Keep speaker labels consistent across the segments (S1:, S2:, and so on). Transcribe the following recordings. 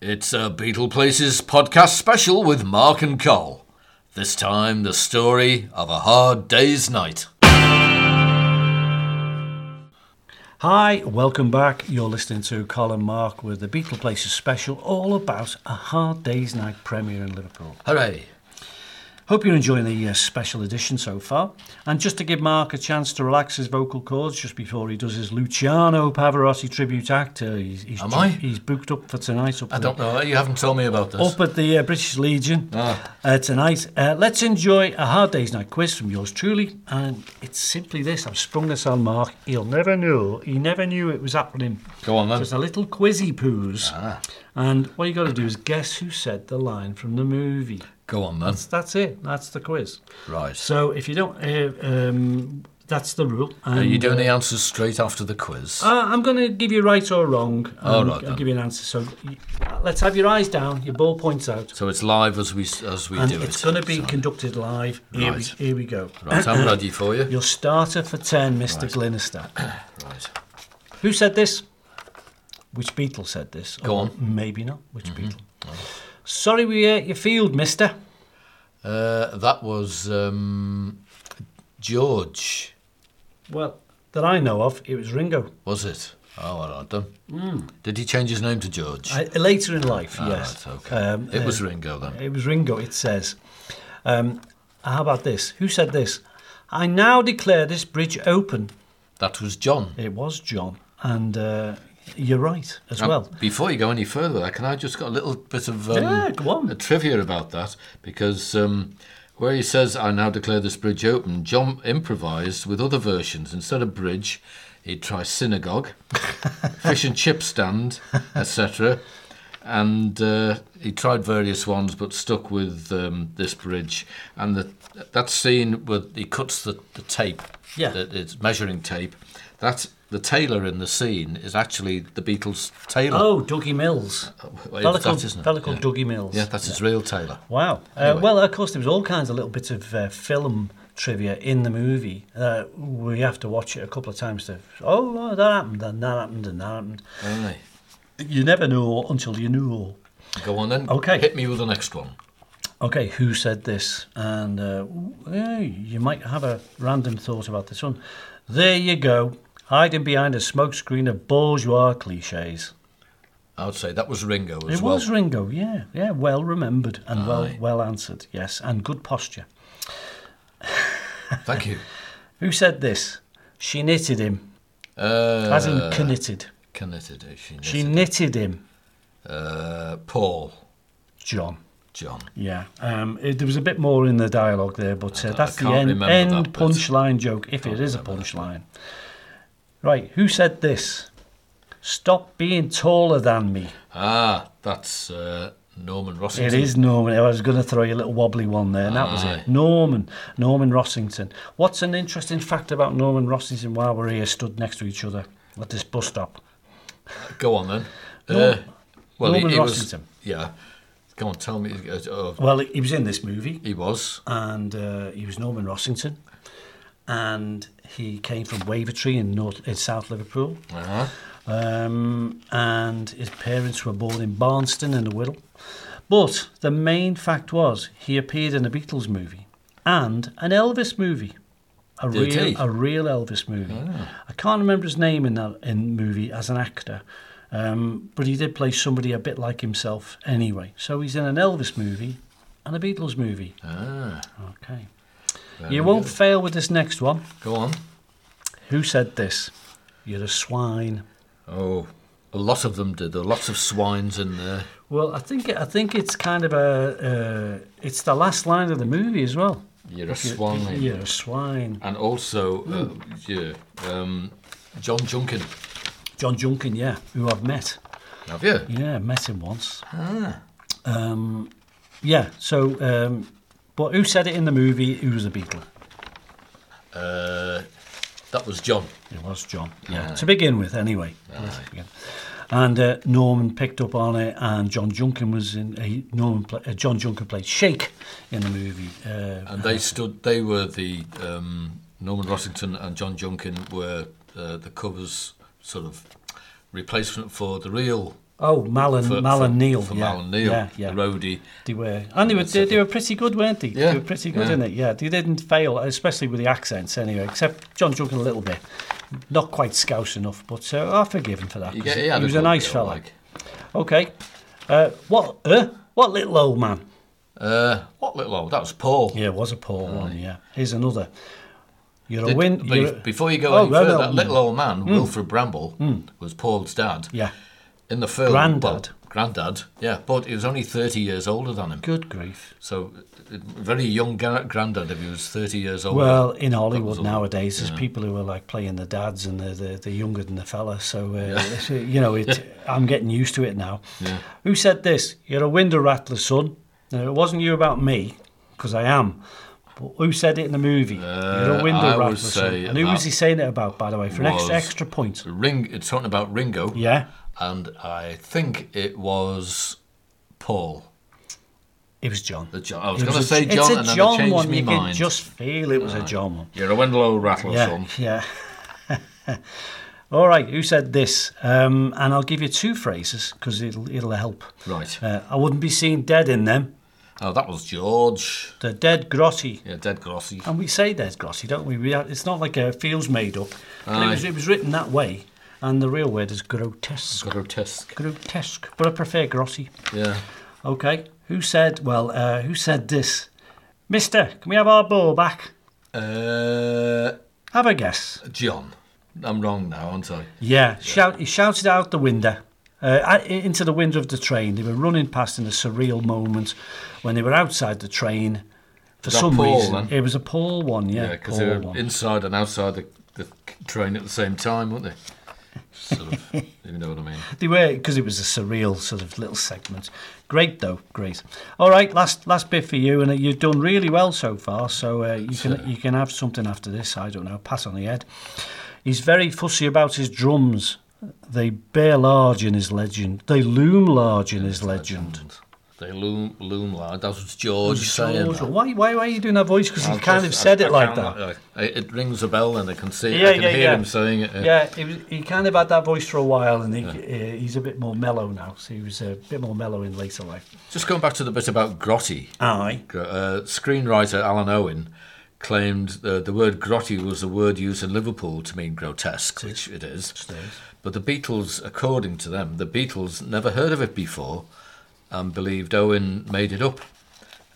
S1: It's a Beetle Places podcast special with Mark and Cole. This time, the story of a hard day's night.
S2: Hi, welcome back. You're listening to Colin Mark with the Beatle Places special, all about a hard day's night premiere in Liverpool.
S1: Hooray!
S2: Hope you're enjoying the uh, special edition so far. And just to give Mark a chance to relax his vocal cords just before he does his Luciano Pavarotti tribute act, uh, he's, he's,
S1: Am I?
S2: he's booked up for tonight. Up
S1: I
S2: at
S1: don't know, you haven't told me about this.
S2: Up at the uh, British Legion
S1: Ah.
S2: uh, tonight. Uh, let's enjoy a Hard Day's Night quiz from yours truly. And it's simply this I've sprung this on Mark. He'll never know. He never knew it was happening.
S1: Go on
S2: So
S1: then.
S2: it's a little quizzy poos.
S1: Ah.
S2: And what you got to do is guess who said the line from the movie.
S1: Go on then.
S2: That's it. That's the quiz.
S1: Right.
S2: So if you don't, uh, um, that's the rule. And,
S1: Are you doing the answers straight after the quiz?
S2: Uh, I'm going to give you right or wrong. and
S1: All Oh, right,
S2: I'll
S1: then.
S2: give you an answer. So y- let's have your eyes down, your ball points out.
S1: So it's live as we as we
S2: And
S1: do
S2: it's
S1: it.
S2: going to be
S1: So-
S2: conducted live. Here, we,
S1: Right.
S2: here we go.
S1: right. I'm ready for you.
S2: Your starter for 10, Mr.
S1: Right.
S2: Glenister.
S1: Right.
S2: Who said this? Which Beatle said this?
S1: Go
S2: Or
S1: on. Mm-hmm.
S2: Maybe not. Which Beatle? Sorry we ate your field, mister.
S1: Uh, that was um, George,
S2: Well, that I know of, it was Ringo.
S1: was it? Oh, all right then. Did he change his name to George?
S2: I, later in life,
S1: Ah,
S2: yes.
S1: right, okay.
S2: Um,
S1: it
S2: uh,
S1: was Ringo then.
S2: It was Ringo, it says. Um, how about this? Who said this? I now declare this bridge open.
S1: That was John.
S2: It was John. And uh, you're right as
S1: Now,
S2: well.
S1: before you go any further, can I just got a little bit of Ah. um,
S2: Yeah, go on.
S1: a trivia about that? Because um, where he says, "I now declare this bridge open," John improvised with other versions. Instead of bridge, he'd try synagogue, fish and chip stand, etc. And uh, he tried various ones, but stuck with um, this bridge. And the, that scene where he cuts the, the tape,
S2: Yeah.
S1: the, it's measuring tape. That's the tailor in the scene is actually the Beatles' tailor.
S2: Oh, Dougie Mills.
S1: Oh, Well,
S2: Fella
S1: it's
S2: called,
S1: that, isn't it?
S2: fella called
S1: Yeah.
S2: Dougie Mills.
S1: Yeah, that's his real tailor.
S2: Wow. Uh,
S1: Anyway.
S2: Well, of course, there was all kinds of little bits of uh, film trivia in the movie. Uh, we have to watch it a couple of times to, oh, well, that happened, and that happened, and that happened.
S1: Aye.
S2: You never know until you know all.
S1: Go on then.
S2: Okay.
S1: Hit me with the next one.
S2: Okay, who said this? And uh, eh, you might have a random thought about this one. There you go, hiding behind a smokescreen of bourgeois cliches.
S1: I would say that was Ringo as
S2: It
S1: well.
S2: was Ringo, yeah, yeah, well remembered and well
S1: Aye.
S2: well answered, yes, and good posture.
S1: Thank you.
S2: Who said this? She knitted him,
S1: Uh,
S2: as in knitted.
S1: Knitted. eh, She knitted.
S2: She knitted him,
S1: uh, Paul.
S2: John.
S1: John.
S2: Yeah, um, it, there was a bit more in the dialogue there, but uh,
S1: don't- I
S2: that's the
S1: can't
S2: end,
S1: remember
S2: end
S1: that bit.
S2: punchline joke, if it is a punchline. Right, who said this? Stop being taller than me.
S1: Ah, that's uh, Norman Rossington.
S2: It is Norman. I was going to throw you a little wobbly one there, and that was
S1: Aye.
S2: it. Norman, Norman Rossington. What's an interesting fact about Norman Rossington while we're here stood next to each other at this bus stop?
S1: Go on then. Uh,
S2: Norm-
S1: well,
S2: Norman
S1: he, he was.
S2: Rossington.
S1: Yeah. Go on, tell me. uh, uh,
S2: Well, he was in this movie,
S1: he was.
S2: and uh, he was Norman Rossington, and he came from Wavertree in North in South Liverpool,
S1: Uh-huh.
S2: um, and his parents were born in Barnston in the Whittle. But the main fact was he appeared in a Beatles movie and an Elvis movie. A
S1: Did
S2: real,
S1: he? Ah.
S2: a real Elvis movie. I can't remember his name in that in movie as an actor, um, but he did play somebody a bit like himself anyway. So he's in an Elvis movie and a Beatles movie.
S1: Ah,
S2: Okay.
S1: very
S2: You won't
S1: good.
S2: fail with this next one.
S1: Go on.
S2: Who said this? You're a swine.
S1: Oh, a lot of them did. There were lots of swines in there.
S2: Well, I think I think it's kind of a uh, it's the last line of the movie as well.
S1: You're a swine.
S2: You're a swine.
S1: And also, uh,
S2: Hmm.
S1: yeah, um, John Junkin.
S2: John Junkin, yeah, who I've met.
S1: Have you?
S2: Yeah, met him once.
S1: Ah.
S2: Um, yeah. So, um, but who said it in the movie? Who was a Beatle?
S1: Uh, that was John.
S2: It was John. Yeah.
S1: Aye.
S2: To begin with, anyway. Let's begin. And uh, Norman picked up on it, and John Junkin was in. He, Norman, pla- uh, John Junkin played Shake in the movie. Uh,
S1: And they stood. They were the um, Norman Rossington and John Junkin were uh, the covers sort of replacement for the real
S2: Oh, Malin,
S1: for,
S2: Malin
S1: for,
S2: Neal.
S1: for
S2: yeah.
S1: Malin Neal,
S2: Yeah, yeah.
S1: the roadie.
S2: They were, and they were, they, they were pretty good, weren't they?
S1: Yeah,
S2: They were pretty good
S1: yeah.
S2: in it. Yeah, they didn't fail, especially with the accents anyway. Except John Duncan a little bit, not quite Scouse enough, but uh, I forgive him for that.
S1: He,
S2: 'cause
S1: he had
S2: was
S1: good
S2: a nice
S1: go,
S2: fella.
S1: like.
S2: Okay, uh, what, uh, what little old man?
S1: Uh, what little old? That was Paul.
S2: Yeah, it was a poor one. Yeah, here's another. You're a
S1: Did-
S2: win.
S1: but
S2: you're
S1: if-
S2: a-
S1: before you go
S2: Oh,
S1: any
S2: no,
S1: further,
S2: no,
S1: that
S2: mm.
S1: little old man, Wilfred Bramble, was Paul's dad.
S2: Hmm. yeah,
S1: In the film,
S2: Grandad.
S1: well, granddad, yeah, but he was only 30 years older than him.
S2: good grief.
S1: So, uh, very young gra- granddad if he was 30 years older.
S2: Well, in Hollywood
S1: all.
S2: nowadays, there's people who are like playing the dads and they're, they're, they're younger than the fella. So, uh, it's, uh, you know, it, I'm getting used to it now. Who said this? You're a window rattler, son. Now, it wasn't you about me, because I am. But who said it in the movie? You're
S1: Uh,
S2: a window
S1: I would
S2: rattler,
S1: say
S2: son. And who
S1: that
S2: was he saying it about, by the way, for an
S1: was-
S2: extra, extra point?
S1: Ring, it's talking about Ringo.
S2: Yeah.
S1: And I think it was Paul.
S2: It was John.
S1: The John, I was
S2: It
S1: going to
S2: a-
S1: say John,
S2: It's
S1: and
S2: a
S1: then I
S2: John
S1: changed
S2: one.
S1: my
S2: you
S1: mind.
S2: could just feel it was a John one.
S1: You're a Wendelow rattler,
S2: yeah,
S1: son.
S2: Yeah. All right, who said this? Um, and I'll give you two phrases because it'll, it'll help.
S1: Right.
S2: Uh, I wouldn't be seen dead in them.
S1: Oh, that was George.
S2: They're dead grotty.
S1: Yeah, dead grossy.
S2: And we say dead grotty, don't we? we are, it's not like it feels made up. But it
S1: Aye.
S2: was, it was written that way. And the real word is grotesque.
S1: Grotesque.
S2: Grotesque. But I prefer grotty.
S1: Yeah.
S2: Okay. Who said, well, uh, who said this? Mister, can we have our ball back?
S1: Uh,
S2: Have a guess.
S1: John. I'm wrong now, aren't I?
S2: Yeah, shout, he shouted out the window, uh, out- into the window of the train. They were running past in a surreal moment when they were outside the train. For
S1: that
S2: some
S1: Paul,
S2: reason,
S1: then?
S2: it was a Paul one, yeah,
S1: Yeah, because they
S2: Paul
S1: were
S2: one.
S1: inside and outside the, the train at the same time, weren't they? Sort of, if you know what I mean.
S2: They were because it was a surreal sort of little segment. Great though, great. All right, last last bit for you, and uh, you've done really well so far. So uh, you can you can have something after this. I don't know. Pat on the head. He's very fussy about his drums. They bear large in his legend. They loom large in his legend.
S1: They loom, loom large. That was George, saying
S2: George,
S1: that.
S2: why, why, why are you doing that voice? Because he
S1: I've
S2: kind
S1: just-
S2: of said
S1: I-
S2: it
S1: I
S2: like
S1: can't-
S2: that.
S1: I- I- it rings a bell and I can see
S2: Yeah,
S1: I can
S2: yeah,
S1: hear
S2: yeah.
S1: him saying it. uh,
S2: Yeah, he, was, he kind of had that voice for a while, and he, uh, he's a bit more mellow now. So he was a bit more mellow in later life.
S1: Just going back to the bit about grotty.
S2: Aye.
S1: Gr- Uh, screenwriter Alan Owen claimed uh, the word grotty was a word used in Liverpool to mean grotesque, which it is. But the Beatles, according to them, the Beatles never heard of it before and believed Owen made it up.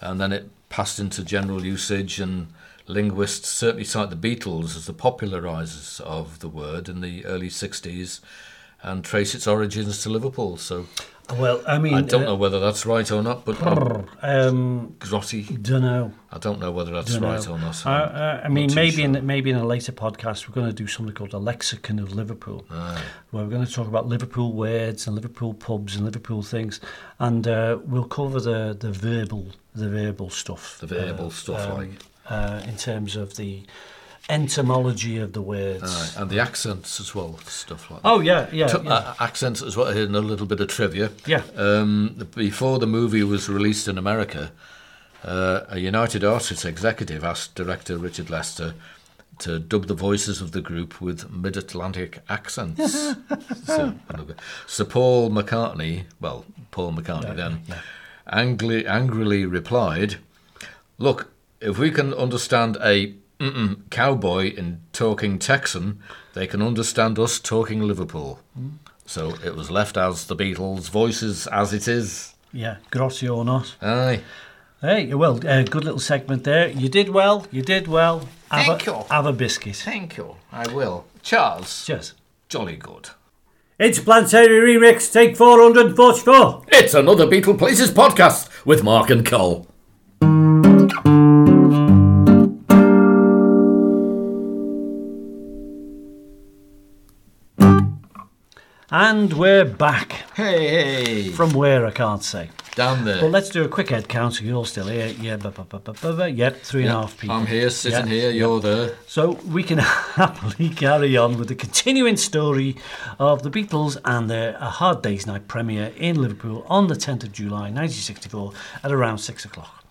S1: And then it passed into general usage, and linguists certainly cite the Beatles as the popularisers of the word in the early 60s and trace its origins to Liverpool. So
S2: Well, I mean, uh,
S1: I don't know whether that's right or not, but um,
S2: Um,
S1: grotty.
S2: don't know.
S1: I don't know whether that's right or not.
S2: I, I, I mean,
S1: too
S2: maybe in maybe in a later podcast, we're going to do something called a lexicon of Liverpool,
S1: Ah.
S2: where we're going to talk about Liverpool words and Liverpool pubs and Liverpool things, and uh, we'll cover the, the verbal the verbal stuff.
S1: The verbal stuff, like.
S2: uh, in terms of the entomology of the words.
S1: and the accents as well, stuff like that.
S2: Oh yeah, yeah,
S1: To-
S2: yeah.
S1: uh, accents as well, and a little bit of trivia.
S2: Yeah.
S1: Um, before the movie was released in America, uh, a United Artists executive asked director Richard Lester to dub the voices of the group with mid Atlantic accents. so, Sir Paul McCartney, well, Paul McCartney then, angli- angrily replied, Look, if we can understand a mm-mm cowboy in talking Texan, they can understand us talking Liverpool. So it was left as the Beatles' voices as it is.
S2: yeah, grotty or not.
S1: Aye.
S2: Hey, well, uh, good little segment there. You did well. You did well. Have
S1: Thank
S2: a,
S1: you.
S2: Have a biscuit.
S1: Thank you. I will. Charles.
S2: Cheers.
S1: Jolly good.
S2: It's Planetary Remix, take 444.
S1: It's another Beetle Places podcast with Mark and Cole.
S2: And we're back.
S1: Hey.
S2: From where, I can't say.
S1: Down
S2: But
S1: there.
S2: let's do a quick head count. You're all still here. Yeah, ba- ba- ba- ba- ba- ba. yep, three and a half people.
S1: I'm here, sitting
S2: Yeah.
S1: here, you're there.
S2: So we can happily carry on with the continuing story of the Beatles and their A Hard Day's Night premiere in Liverpool on the 10th of July 1964 at around 6 o'clock.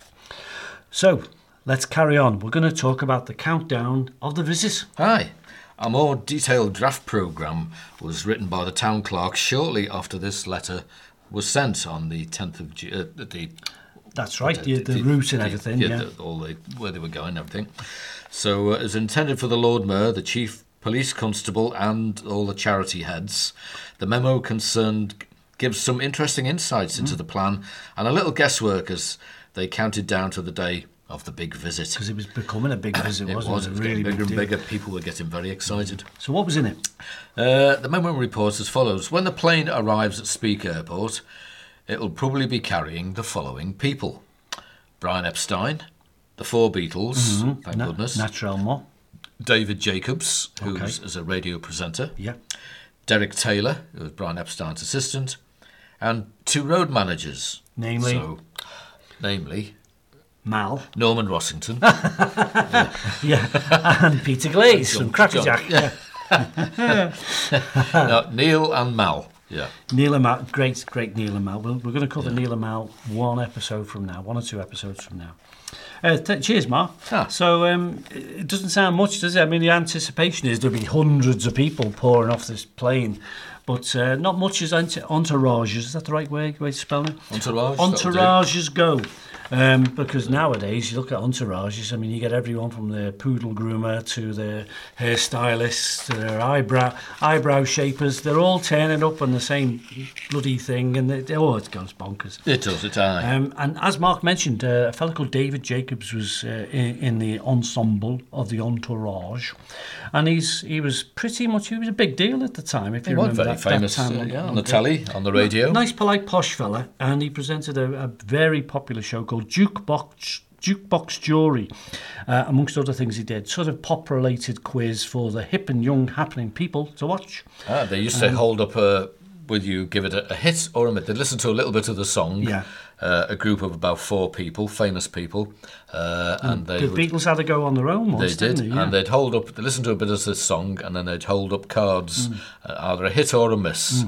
S2: So let's carry on. We're going to talk about the countdown of the visit.
S1: Hi. A more detailed draft programme was written by the town clerk shortly after this letter was sent on the 10th of Ju- uh, the uh,
S2: That's right, the, the, route and everything, yeah.
S1: the- all the where they were going, everything. So uh, it was intended for the Lord Mayor, the Chief Police Constable, and all the charity heads. The memo concerned gives some interesting insights
S2: Hmm.
S1: into the plan and a little guesswork as they counted down to the day of the big visit.
S2: Because it was becoming a big visit,
S1: It was,
S2: wasn't it?
S1: it was getting bigger and
S2: deal.
S1: bigger. People were getting very excited.
S2: So what was in it?
S1: Uh, the memo reports as follows When the plane arrives at Speak Airport, it will probably be carrying the following people Brian Epstein, the Four Beatles, thank
S2: Mm-hmm. Na-
S1: goodness,
S2: Natural Mo.
S1: David Jacobs, who is is a radio presenter,
S2: Yeah.
S1: Derek Taylor, who was Brian Epstein's assistant, and two road managers.
S2: Namely?
S1: So, namely,
S2: Mal.
S1: Norman Rossington.
S2: Yeah. and Peter Glaze from Crackerjack. Yeah.
S1: no, Neil and Mal. Yeah.
S2: Neil and Mal. Great, great Neil and Mal. We're, we're going to cover Neil and Mal one episode from now, one or two episodes from now. Uh, th- cheers, Mark.
S1: Ah.
S2: So um, it it doesn't sound much, does it? I mean, the anticipation is there'll be hundreds of people pouring off this plane, but uh, not much is ent- entourage. Is that the right way, way to spell it?
S1: Entourage. that'll do.
S2: Entourages go. Um, because nowadays you look at entourages, I mean, you get everyone from the poodle groomer to the hairstylists to their eyebrow eyebrow shapers. They're all turning up on the same bloody thing, and they, oh, it goes bonkers.
S1: It does, it I.
S2: Um, and as Mark mentioned, uh, a fellow called David Jacobs was uh, in, in the ensemble of the entourage, and he's he was pretty much he was a big deal at the time. If
S1: He
S2: you
S1: was
S2: remember
S1: very
S2: that,
S1: famous
S2: that time,
S1: uh, yeah, on
S2: yeah.
S1: the telly, on the radio.
S2: Nice, polite, posh fella, and he presented a, a very popular show called Jukebox Jukebox Jury, uh, amongst other things he did. Sort of pop-related quiz for the hip and young happening people to watch.
S1: Ah, they used
S2: Um,
S1: to hold up a, with you, give it a, a hit or a miss. They'd listen to a little bit of the song.
S2: Yeah.
S1: Uh, a group of about four people, famous people, uh, and they
S2: The
S1: would,
S2: Beatles had a go on their own
S1: they
S2: once,
S1: did,
S2: not they? Yeah.
S1: and they'd hold up, they listen to a bit of this song, and then they'd hold up cards,
S2: Mm.
S1: uh, either a hit or a miss.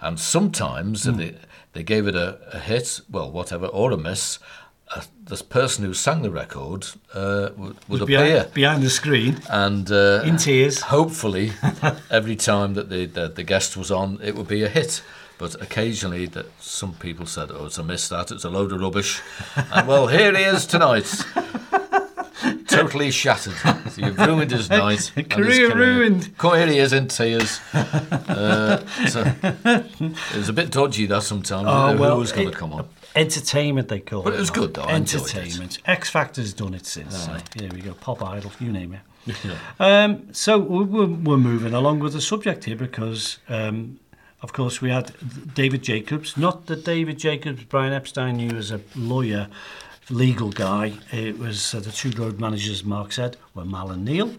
S1: And sometimes
S2: Mm.
S1: if they, they gave it a, a hit, well, whatever, or a miss. Uh, this person who sang the record uh, would, would appear,
S2: behind, behind the screen,
S1: and uh,
S2: in tears.
S1: hopefully every time that the, the the guest was on it would be a hit but occasionally that some people said oh it's a miss that it's a load of rubbish and well here he is tonight totally shattered so you've ruined his night and his
S2: Career ruined.
S1: come here he is in tears uh, so it was a bit dodgy that sometimes
S2: Oh,
S1: I didn't know
S2: well,
S1: who was going
S2: it-
S1: to come on
S2: Entertainment, they call it.
S1: But it was
S2: Mark.
S1: good, though. I enjoyed it.
S2: Entertainment. X Factor's done it since. So here we go. Pop Idol, you name it. um, so we- we're, we're moving along with the subject here because, um, of course, we had David Jacobs. Not that David Jacobs, Brian Epstein knew as a lawyer, legal guy. It was uh, the two road managers, Mark said, were Mal and Neil.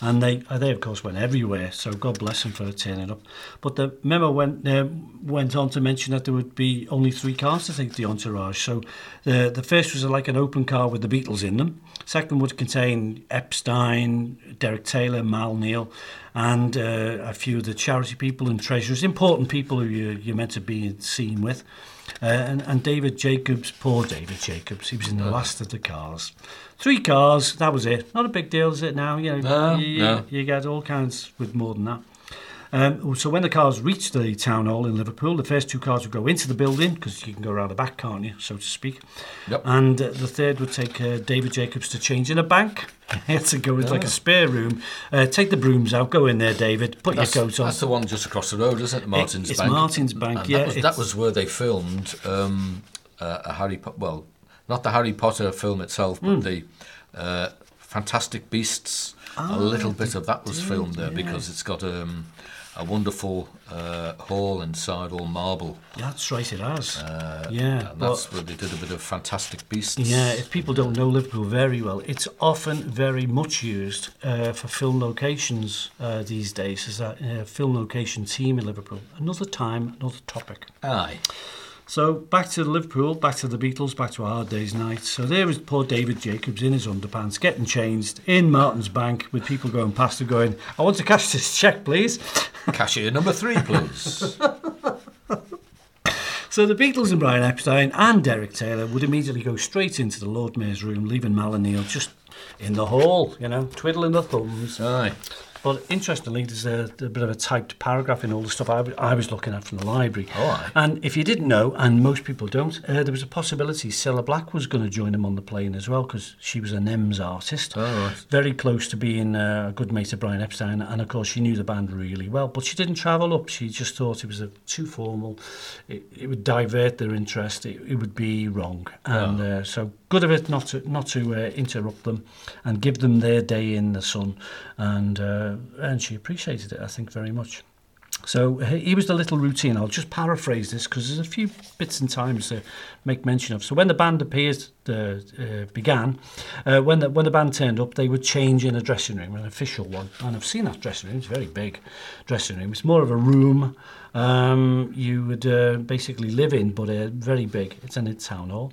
S2: And they, uh, they of course, went everywhere. So God bless them for turning up. But the memo went um, went on to mention that there would be only three cars to take the entourage. So the the first was uh, like an open car with the Beatles in them. Second would contain Epstein, Derek Taylor, Mal Neal, and uh, a few of the charity people and treasurers, important people who you, you're meant to be seen with. Uh, and, and David Jacobs, poor David Jacobs, he was in the last of the cars. Three cars, that was it. Not a big deal, is it now? You know,
S1: No,
S2: you,
S1: no.
S2: you get all kinds with more than that. Um, so when the cars reached the town hall in Liverpool, the first two cars would go into the building because you can go around the back, can't you, so to speak.
S1: Yep.
S2: And uh, the third would take uh, David Jacobs to change in a bank. he had to go into like a spare room, uh, take the brooms out, go in there, David, put
S1: that's,
S2: your coat on.
S1: that's the one just across the road isn't it Martin's
S2: it's
S1: Bank
S2: Martin's Bank,
S1: And
S2: yeah.
S1: that was, that
S2: it's-
S1: was where they filmed um, uh, a Harry Potter. Well, not the Harry Potter film itself,
S2: Hmm.
S1: but the uh, Fantastic Beasts.
S2: Ah,
S1: a little bit of that was filmed there because it's got um, a wonderful uh, hall inside, all marble,
S2: That's right, it has. yeah,
S1: Uh, and
S2: but
S1: that's where they did a bit of Fantastic Beasts.
S2: Yeah, if people don't know Liverpool very well, it's often very much used uh, for film locations uh, these days. Is that uh, film location team in Liverpool? Another time, another topic.
S1: Aye.
S2: So back to Liverpool, back to the Beatles, back to a hard day's night. So there was poor David Jacobs in his underpants, getting changed in Martin's Bank with people going past and going, "I want to cash this check, please."
S1: Cashier number three, please.
S2: So the Beatles and Brian Epstein and Derek Taylor would immediately go straight into the Lord Mayor's room, leaving Mal and Neil just in the hall, you know, twiddling their thumbs.
S1: Aye.
S2: But interestingly, there's a, a bit of a typed paragraph in all the stuff I, w- I was looking at from the library.
S1: Oh, aye.
S2: And if you didn't know, and most people don't, uh, there was a possibility Cilla Black was going to join them on the plane as well because she was an EMS artist.
S1: Oh, right.
S2: Very close to being uh, a good mate of Brian Epstein, and of course she knew the band really well. But she didn't travel up. She just thought it was a, too formal. It, it would divert their interest. It, it would be wrong. And
S1: Oh.
S2: uh, so good of it not to not to uh, interrupt them, and give them their day in the sun. And uh, and she appreciated it, I think, very much. So he he was the little routine. I'll just paraphrase this because there's a few bits and times to make mention of. So when the band appeared, the, uh, began, uh, when the when the band turned up, they would change in a dressing room, an official one. And I've seen that dressing room; it's a very big dressing room. It's more of a room um, you would uh, basically live in, but uh, very big. It's in a town hall.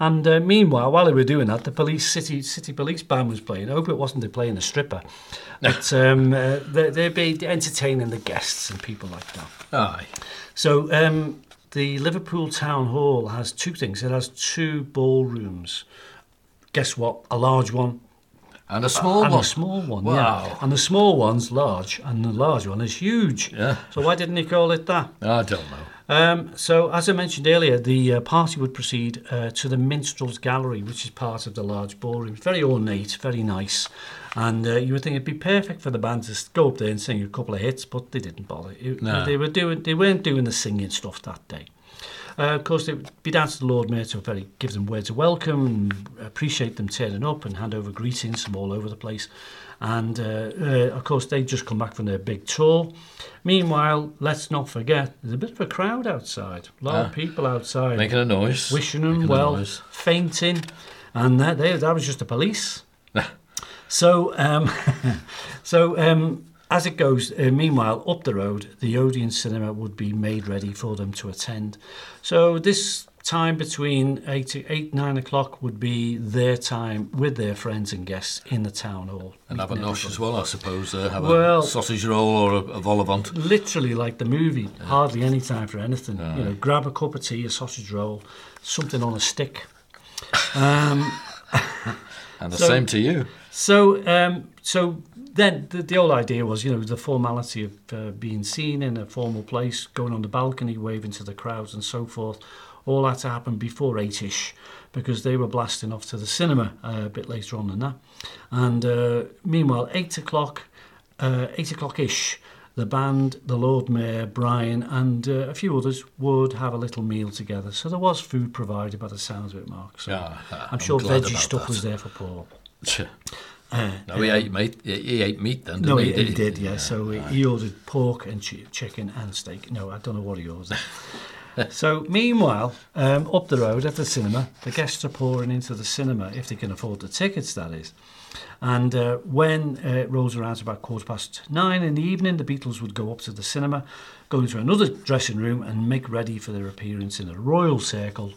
S2: And uh, meanwhile, while they were doing that, the police city city police band was playing. I hope it wasn't they playing a stripper, but um, uh, they, they'd be entertaining the guests and people like that.
S1: Aye.
S2: So um, the Liverpool Town Hall has two things. It has two ballrooms. Guess what? A large one
S1: And a small
S2: Uh, and
S1: one.
S2: a small one. Yeah.
S1: Wow.
S2: And the small one's large, and the large one is huge.
S1: Yeah.
S2: So why didn't he call it that?
S1: I don't know.
S2: Um, so, as I mentioned earlier, the uh, party would proceed uh, to the Minstrels Gallery, which is part of the large ballroom. It's very ornate, very nice. And uh, you would think it'd be perfect for the band to s- go up there and sing a couple of hits, but they didn't bother. It-
S1: No.
S2: They were doing, they weren't doing the singing stuff that day. Uh, of course, it would be down to the Lord Mayor to very give them words of welcome, and appreciate them turning up, and hand over greetings from all over the place. And uh, uh, of course, they just come back from their big tour. Meanwhile, let's not forget there's a bit of a crowd outside, a lot of
S1: Ah.
S2: people outside,
S1: Making a noise.
S2: wishing them
S1: making a
S2: well,
S1: noise.
S2: fainting, and that they, that was just the police. So, um, so um, as it goes, uh, meanwhile, up the road, the Odeon Cinema would be made ready for them to attend. So this time between eight to eight nine o'clock would be their time with their friends and guests in the town hall.
S1: And have a
S2: meeting
S1: nosh as well, I suppose. Uh, have
S2: Well-
S1: a sausage roll or a, a vol au vent.
S2: literally like the movie, hardly any time for anything. You know, grab a cup of tea, a sausage roll, something on a stick. Um,
S1: And the
S2: So-
S1: same to you.
S2: so, um, so then the, the old idea was, you know, the formality of uh, being seen in a formal place, going on the balcony, waving to the crowds, and so forth. All that to happen before eight-ish, because they were blasting off to the cinema uh, a bit later on than that. And uh, meanwhile, eight o'clock, uh, eight o'clock ish, the band, the Lord Mayor, Brian, and uh, a few others would have a little meal together. So there was food provided by the sounds of it, Mark. So
S1: Yeah,
S2: I'm sure
S1: glad
S2: veggie
S1: about
S2: stuff
S1: that.
S2: was there for Paul.
S1: Uh, no, he ate meat. He, he ate meat then, didn't
S2: No,
S1: he?
S2: he, he did, yeah. So he, he ordered pork and chi- chicken and steak. No, I don't know what he ordered. so meanwhile, um, up the road at the cinema, the guests are pouring into the cinema if they can afford the tickets, that is. And uh, when uh, it rolls around to about quarter past nine in the evening, the Beatles would go up to the cinema, go into another dressing room, and make ready for their appearance in the Royal Circle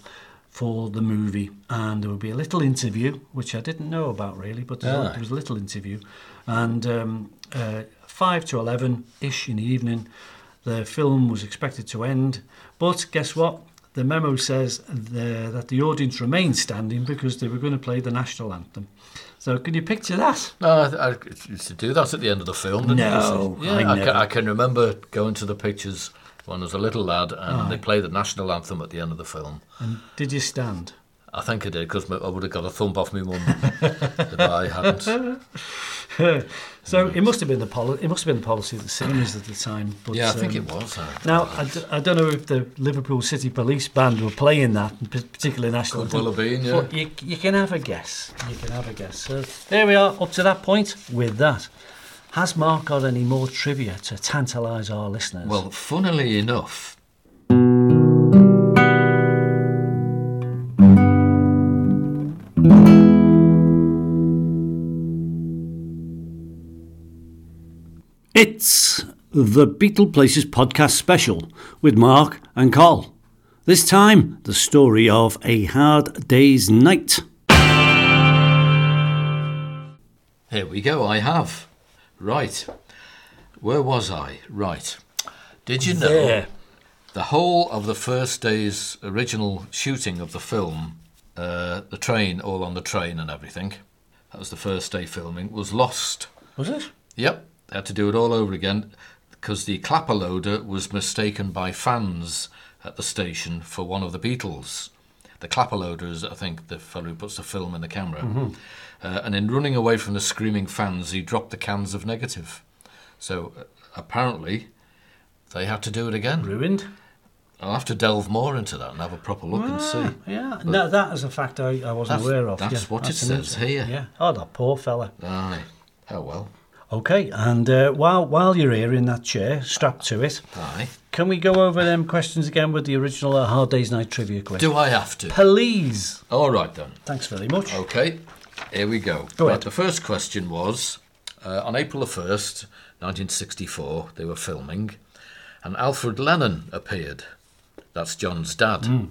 S2: for the movie. And there would be a little interview, which I didn't know about really, but there's a-
S1: Aye.
S2: there was a little interview. And um, uh, five to eleven ish in the evening, the film was expected to end. But guess what? The memo says the, that the audience remained standing because they were going to play the national anthem. So can you picture that?
S1: No, I, I used to do that at the end of the film. Didn't
S2: No,
S1: you? yeah,
S2: I
S1: I,
S2: never.
S1: can, I can remember going to the pictures when I was a little lad, and
S2: Ah.
S1: they play the national anthem at the end of the film.
S2: And did you stand?
S1: I think I did because I would have got a thump off my mum if I hadn't.
S2: so it must have been the poli- it must have been the policy of the cinemas at the time. But,
S1: Yeah, I think
S2: um,
S1: it was. uh, I-
S2: Now I, d- I don't know if the Liverpool City Police band were playing that p- particular national
S1: Could well
S2: anthem,
S1: have been, yeah.
S2: But you, you can have a guess. You can have a guess. So there we are up to that point. With that, has Mark got any more trivia to tantalise our listeners?
S1: Well, funnily enough,
S2: It's the Beatle Places podcast special with Mark and Carl. This time, the story of A Hard Day's Night.
S1: Here we go. I have. Right. Where was I? Right. Did you know
S2: There.
S1: the whole of the first day's original shooting of the film, uh, the train, all on the train and everything, that was the first day filming, was lost.
S2: Was it?
S1: Yep. They had to do it all over again because the clapper loader was mistaken by fans at the station for one of the Beatles. The clapper loader is, I think, the fellow who puts the film in the camera. Uh, and in running away from the screaming fans, he dropped the cans of negative. So uh, apparently, they had to do it again.
S2: Ruined.
S1: I'll have to delve more into that and have a proper look and see.
S2: Yeah, no, that is a fact I, I wasn't
S1: That's-
S2: aware of.
S1: that's
S2: yeah,
S1: what it
S2: an
S1: says
S2: insight.
S1: here.
S2: Yeah. Oh, that poor fella.
S1: Aye. Oh well.
S2: Okay, and uh, while while you're here in that chair, strapped to it,
S1: Aye.
S2: can we go over them questions again with the original uh, Hard Day's Night trivia question?
S1: Do Oh. I have to?
S2: Please.
S1: All right then.
S2: Thanks very much.
S1: Okay, here we go.
S2: Go
S1: Right,
S2: ahead.
S1: the first question was uh, on April the 1st, 1964, they were filming, and Alfred Lennon appeared. That's John's dad.
S2: Hmm.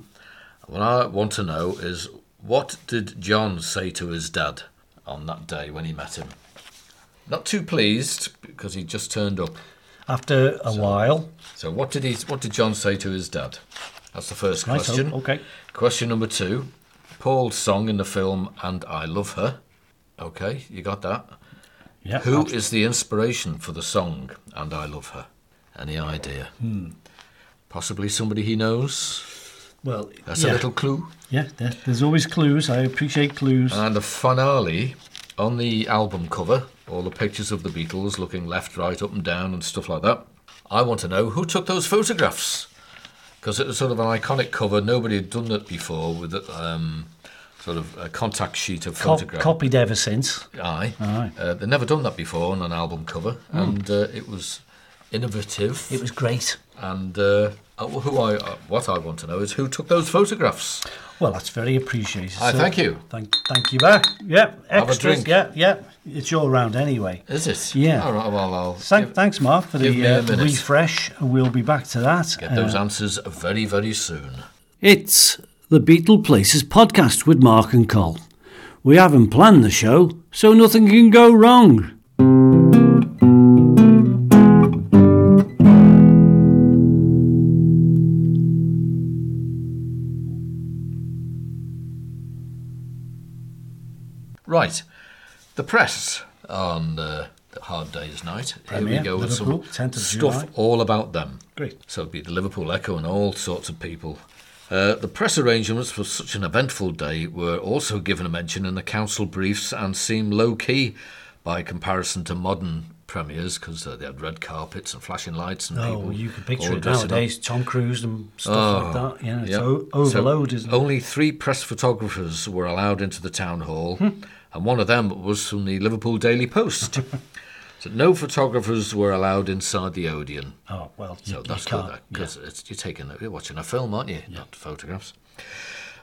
S1: What I want to know is what did John say to his dad on that day when he met him? Not too pleased because he just turned up.
S2: After a while,
S1: So what did he? What did John say to his dad? That's the first
S2: Righto,
S1: question.
S2: oh, okay.
S1: Question number two: Paul's song in the film "And I Love Her." Okay, you got that.
S2: yeah.
S1: Who is the inspiration for the song "And I Love Her"? Any idea? Possibly somebody he knows.
S2: Well,
S1: That's a
S2: yeah,
S1: little clue.
S2: Yeah, there, there's always clues. I appreciate clues.
S1: And the finale on the album cover, all the pictures of the Beatles looking left, right, up, and down, and stuff like that. I want to know who took those photographs because it was sort of an iconic cover. Nobody had done that before with um, sort of a contact sheet of
S2: Co-
S1: photographs.
S2: copied ever since.
S1: Aye,
S2: Aye. Hmm.
S1: Uh, they'd never done that before on an album cover, and uh, it was innovative.
S2: It was great.
S1: and uh, uh, who I, uh, what I want to know is who took those photographs.
S2: Well, that's very appreciated.
S1: I
S2: sir.
S1: thank you.
S2: Thank, thank you back. Yeah,
S1: Have a
S2: extras.
S1: drink.
S2: Yeah, yeah. It's your round anyway.
S1: Is it?
S2: Yeah.
S1: All right. Well, I'll
S2: Thank,
S1: give-
S2: thanks, Mark, for
S1: give me
S2: the
S1: a
S2: uh,
S1: minute.
S2: refresh. We'll be back to that.
S1: Get those
S2: Uh,
S1: answers very, very soon.
S2: it's the Beatle Places podcast with Mark and Col. We haven't planned the show, so nothing can go wrong.
S1: Right, the press on uh, the Hard Day's Night. Here
S2: Premier,
S1: we go with some
S2: Liverpool, 10th of
S1: stuff
S2: July.
S1: all about them.
S2: Great.
S1: So it'll be the Liverpool Echo and all sorts of people. Uh, the press arrangements for such an eventful day were also given a mention in the council briefs and seem low key by comparison to modern premieres because uh, they had red carpets and flashing lights and
S2: Oh,
S1: people.
S2: you can picture
S1: all
S2: it
S1: dressing up.
S2: nowadays. Tom Cruise and stuff like that. Yeah, it's
S1: Yep.
S2: o-
S1: So
S2: overload, isn't it?
S1: Only three press photographers were allowed into the town hall,
S2: Hmm.
S1: and one of them was from the Liverpool Daily Post. so no photographers were allowed inside the Odeon.
S2: Oh, well, you,
S1: So
S2: you
S1: that's
S2: can't.
S1: good because you're taking you're watching a film, aren't you? Not photographs.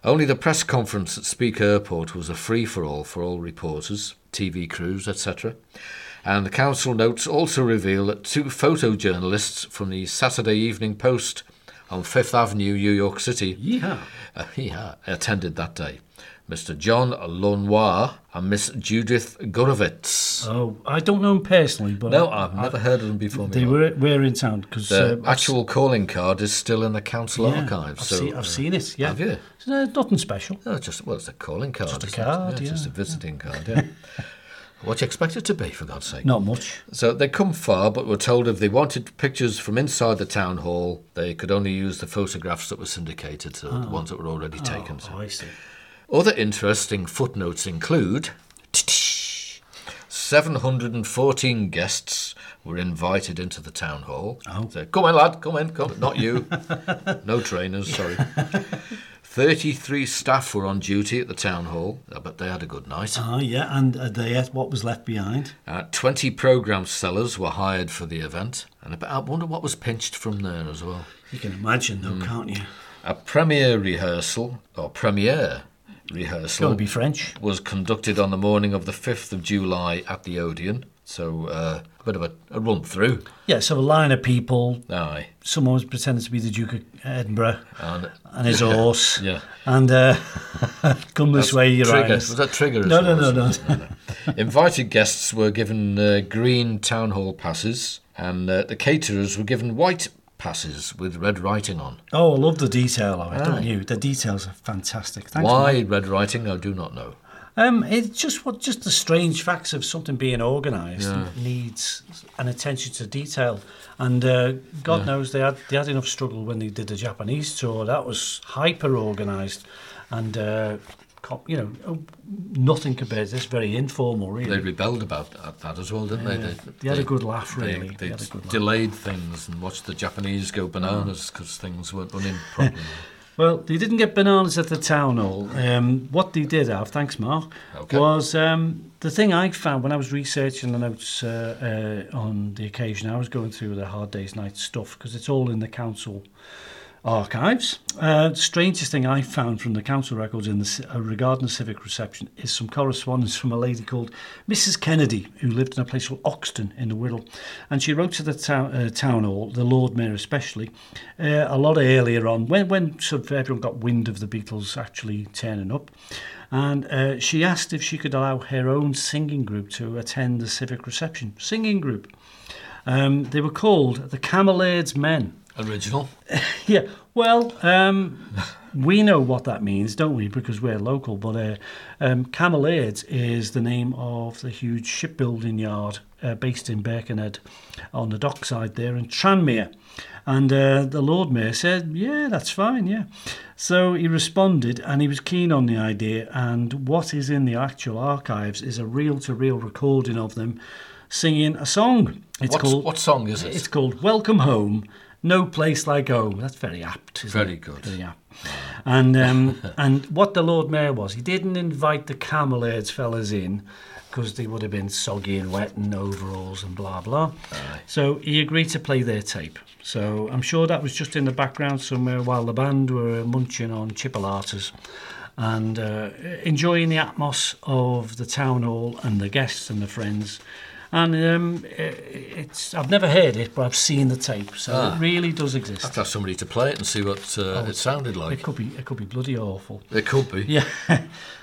S1: Only the press conference at Speak Airport was a free for all for all reporters, TV crews, etc. And the council notes also reveal that two photojournalists from the Saturday Evening Post on Fifth Avenue, New York City,
S2: Yeah.
S1: uh, yeah, attended that day. Mr. John Lenoir and Miss Judith Gorovitz.
S2: Oh, I don't know him personally, but
S1: no,
S2: I,
S1: I've never heard of them before.
S2: they
S1: me
S2: were, were in town because
S1: the actual calling card is still in the council archives.
S2: I've,
S1: so uh,
S2: seen, I've seen it. Yeah,
S1: have you?
S2: It's, uh, nothing special.
S1: No, it's just well, it's a calling card. Just
S2: a card,
S1: yeah, Just a
S2: yeah,
S1: visiting card. Yeah. what do you expect it to be, for God's sake?
S2: Not much.
S1: So they come far, but were told if they wanted pictures from inside the town hall, they could only use the photographs that were syndicated, so the ones that were already taken. So.
S2: Oh, I see.
S1: Other interesting footnotes include 714 guests were invited into the town hall.
S2: Oh.
S1: So, come in, lad, come in, come. Not you. no trainers, sorry. 33 staff were on duty at the town hall. I bet they had a good night.
S2: Ah, yeah, and uh, they ate what was left behind.
S1: Uh, 20 programme sellers were hired for the event. And I bet- I wonder what was pinched from there as well.
S2: You can imagine,
S1: Hmm.
S2: though, can't you?
S1: A premiere rehearsal, or premiere
S2: Got
S1: rehearsal,
S2: to be French.
S1: was conducted on the morning of the 5th of July at the Odeon. So uh, a bit of a, a run through.
S2: Yeah, so a line of people.
S1: Aye.
S2: Someone was pretending to be the Duke of Edinburgh
S1: And
S2: and his horse.
S1: Yeah.
S2: And uh, come this way, your
S1: trigger.
S2: highness.
S1: Was that trigger? as
S2: No, no,
S1: well?
S2: no, no.
S1: Invited guests were given uh, green town hall passes, and uh, the caterers were given white passes with red writing on.
S2: Oh, I love the detail of it,
S1: Aye.
S2: don't you? The details are fantastic. Thanks,
S1: Why
S2: Mark.
S1: red writing? I do not know.
S2: Um, it's just what just the strange facts of something being organised
S1: Yeah.
S2: needs an attention to detail, and uh, God
S1: Yeah.
S2: knows they had they had enough struggle when they did the Japanese tour. That was hyper organised, and uh, cop, you know oh, nothing compared to this. Very informal, really.
S1: They rebelled about that, that as well, didn't they?
S2: Yeah.
S1: They,
S2: They had a good laugh,
S1: they-
S2: really.
S1: They,
S2: They had a good laugh. Uh-huh.
S1: delayed things and watched the Japanese go bananas because things weren't running properly.
S2: Well, they didn't get bananas at the town hall. Um, what they did have, thanks, Mark,
S1: Okay.
S2: was um, the thing I found when I was researching the notes uh, uh, on the occasion. I was going through the Hard Day's Night stuff because it's all in the council archives. Uh, the strangest thing I found from the council records in the, ci- uh, regarding the civic reception is some correspondence from a lady called Mrs. Kennedy, who lived in a place called Oxton in the Whittle. And she wrote to the town, uh, town hall, the Lord Mayor especially, uh, a lot earlier on, when, when sort of everyone got wind of the Beatles actually turning up. And uh, she asked if she could allow her own singing group to attend the civic reception. Singing group. Um, they were called the Camelades Men.
S1: Original.
S2: Yeah, well, um, we know what that means, don't we? Because we're local. But uh, um, Camelades is the name of the huge shipbuilding yard uh, based in Birkenhead on the dockside there in Tranmere. And uh, the Lord Mayor said, Yeah, that's fine, yeah. So he responded and he was keen on the idea. And what is in the actual archives is a reel to reel recording of them singing a song. It's
S1: What's,
S2: called
S1: what song is it?
S2: it's called Welcome Home. No place like home. That's very apt. Isn't
S1: Very
S2: it?
S1: good.
S2: Very apt. And um, and what the Lord Mayor was, he didn't invite the Camelades fellas in because they would have been soggy and wet and overalls and blah blah. So he agreed to play their tape. So I'm sure that was just in the background somewhere while the band were munching on chipolatas and uh, enjoying the atmos of the town hall and the guests and the friends. And um, i- it's I've never heard it, but I've seen the tape, so
S1: Ah.
S2: it really does exist.
S1: I'd have somebody to play it and see what uh, it sounded
S2: Oh, It
S1: like.
S2: could be it could be bloody awful.
S1: It could be.
S2: Yeah.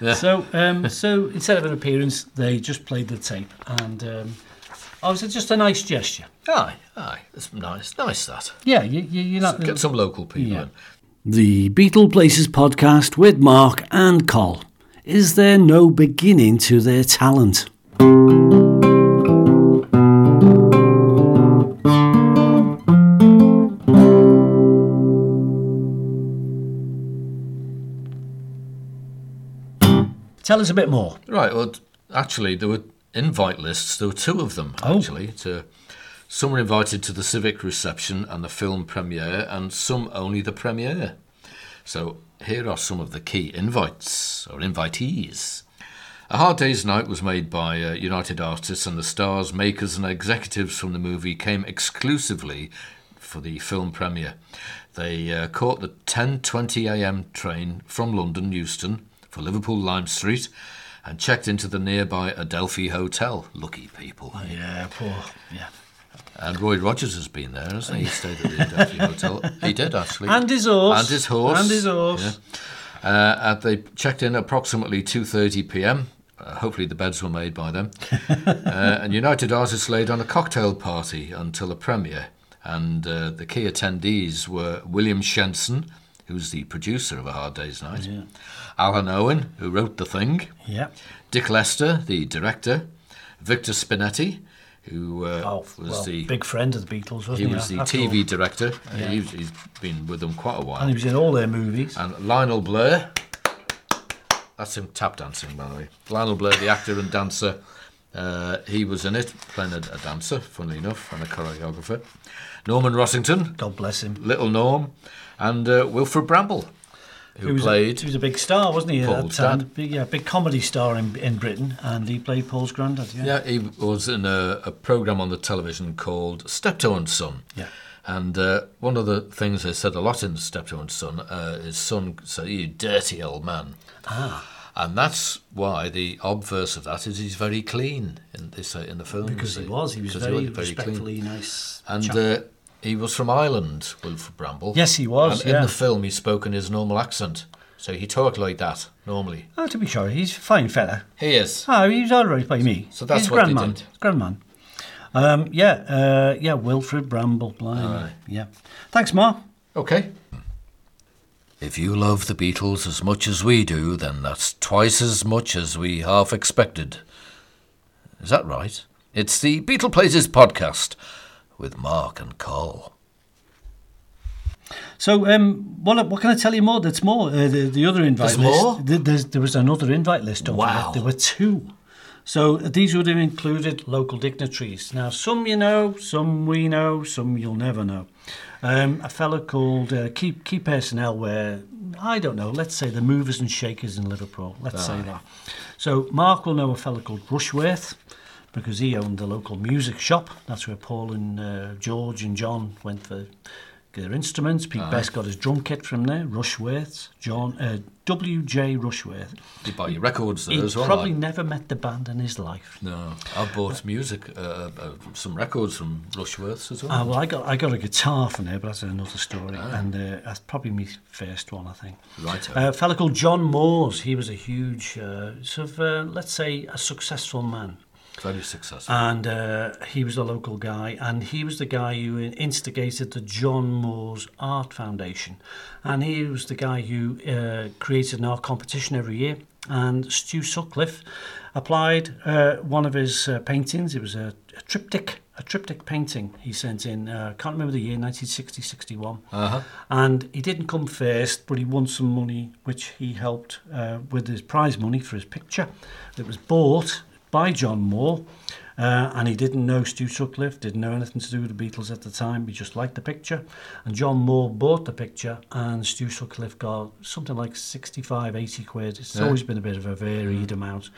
S1: Yeah.
S2: So um, so instead of an appearance, they just played the tape, and um, oh, it's just a nice gesture.
S1: Aye, aye. It's nice. Nice that.
S2: Yeah, you you you're not
S1: Get some local people
S2: uh, Yeah.
S1: in.
S2: The Beatle Places podcast with Mark and Col. Is there no beginning to their talent? Tell us a bit more.
S1: Right. Well, t- actually, there were invite lists. There were two of them
S2: Oh.
S1: actually. To some were invited to the civic reception and the film premiere, and some only the premiere. So here are some of the key invites or invitees. A Hard Day's Night was made by uh, United Artists, and the stars, makers, and executives from the movie came exclusively for the film premiere. They uh, caught the 10:20 a.m. train from London Euston for Liverpool Lime Street, and checked into the nearby Adelphi Hotel. Lucky people.
S2: Yeah, poor. Yeah.
S1: And Roy Rogers has been there, hasn't he? He stayed at the Adelphi Hotel. He did actually.
S2: And his horse.
S1: And his horse.
S2: And his horse.
S1: Yeah. Uh, and they checked in approximately 2:30 p.m. Uh, hopefully the beds were made by them. uh, and United Artists laid on a cocktail party until the premiere. And uh, the key attendees were William Shenson, who's the producer of A Hard Day's Night, Alan Owen, who wrote the thing,
S2: Yeah.
S1: Dick Lester, the director, Victor Spinetti, who uh,
S2: Oh,
S1: was
S2: well,
S1: the
S2: big friend of the Beatles, wasn't
S1: he
S2: he?
S1: was the
S2: after all?
S1: TV director. He's, he's been with them quite a while.
S2: And he was in all their movies.
S1: And Lionel Blair. That's him tap dancing, by the way. Lionel Blair, the actor and dancer. Uh, he was in it, playing a, a dancer, funnily enough, and a choreographer. Norman Rossington,
S2: God bless him.
S1: Little Norm, and uh, Wilfred Bramble, who,
S2: He was,
S1: played.
S2: he was a big star, wasn't he? at
S1: Paul's
S2: that time?
S1: dad.
S2: Big, yeah, big comedy star in, in Britain, and he played Paul's granddad. Yeah.
S1: yeah, he was in a, a program on the television called Steptoe and Son.
S2: Yeah.
S1: And uh, one of the things they said a lot in Steptoe and Son, uh, his son said, You dirty old man. Ah. And that's why the obverse of that is he's very clean, in, they say in the film.
S2: because
S1: they-
S2: he was. He was
S1: 'cause
S2: very,
S1: was
S2: respectfully nice.
S1: And
S2: chap.
S1: uh, he was from Ireland, Wilfred Bramble.
S2: yes, he was.
S1: And
S2: yeah.
S1: in the film, he spoke in his normal accent. So he talked like that normally.
S2: oh, to be sure, he's a fine fella.
S1: He is.
S2: Oh, he's all right by me.
S1: So that's
S2: he's a
S1: what they
S2: grandman.
S1: did.
S2: Grandman. Um, yeah, uh, yeah, Wilfred Bramble, blind. Yeah. Thanks, Mark.
S1: Okay. If you love the Beatles as much as we do, then that's twice as much as we half expected. Is that right? It's the Beatle Places podcast with Mark and Carl.
S2: So, um, what, what can I tell you more? That's more. Uh, the, the other invite
S1: There's
S2: list.
S1: more?
S2: th- there's, there was another invite list. Don't forget.
S1: Wow.
S2: There were two. So these would have included local dignitaries. Now, some you know, some we know, some you'll never know. Um, a fellow called uh, key, key personnel where, I don't know, let's say the movers and shakers in Liverpool. Let's say that. So Mark will know a fellow called Rushworth because he owned the local music shop. That's where Paul and uh, George and John went for their instruments. Pete Best got his drum kit from there. Rushworth, John, uh, W.J. Rushworth.
S1: You buy your records there
S2: He
S1: as well.
S2: probably
S1: like.
S2: never met the band in his life.
S1: No, I bought music, uh, uh, some records from Rushworth's as well.
S2: Ah, well, I got I got a guitar from there, but that's another story, and uh, that's probably my first one, I think.
S1: Righto.
S2: Uh, a fellow called John Moores. He was a huge, uh, sort of, uh, let's say, a successful man.
S1: Very successful.
S2: And uh, he was a local guy, and he was the guy who instigated the John Moores Art Foundation. And he was the guy who uh, created an art competition every year. And Stu Sutcliffe applied uh, one of his uh, paintings. It was a, a triptych, a triptych painting he sent in. Uh, can't remember the year, 1960, 61.
S1: Uh-huh.
S2: And he didn't come first, but he won some money, which he helped uh, with his prize money for his picture that was bought by John Moore. Uh, and he didn't know Stu Sutcliffe, didn't know anything to do with the Beatles at the time. He just liked the picture. And John Moore bought the picture, and Stu Sutcliffe got something like 65, 80 quid. It's
S1: Yeah.
S2: always been a bit of a varied amount.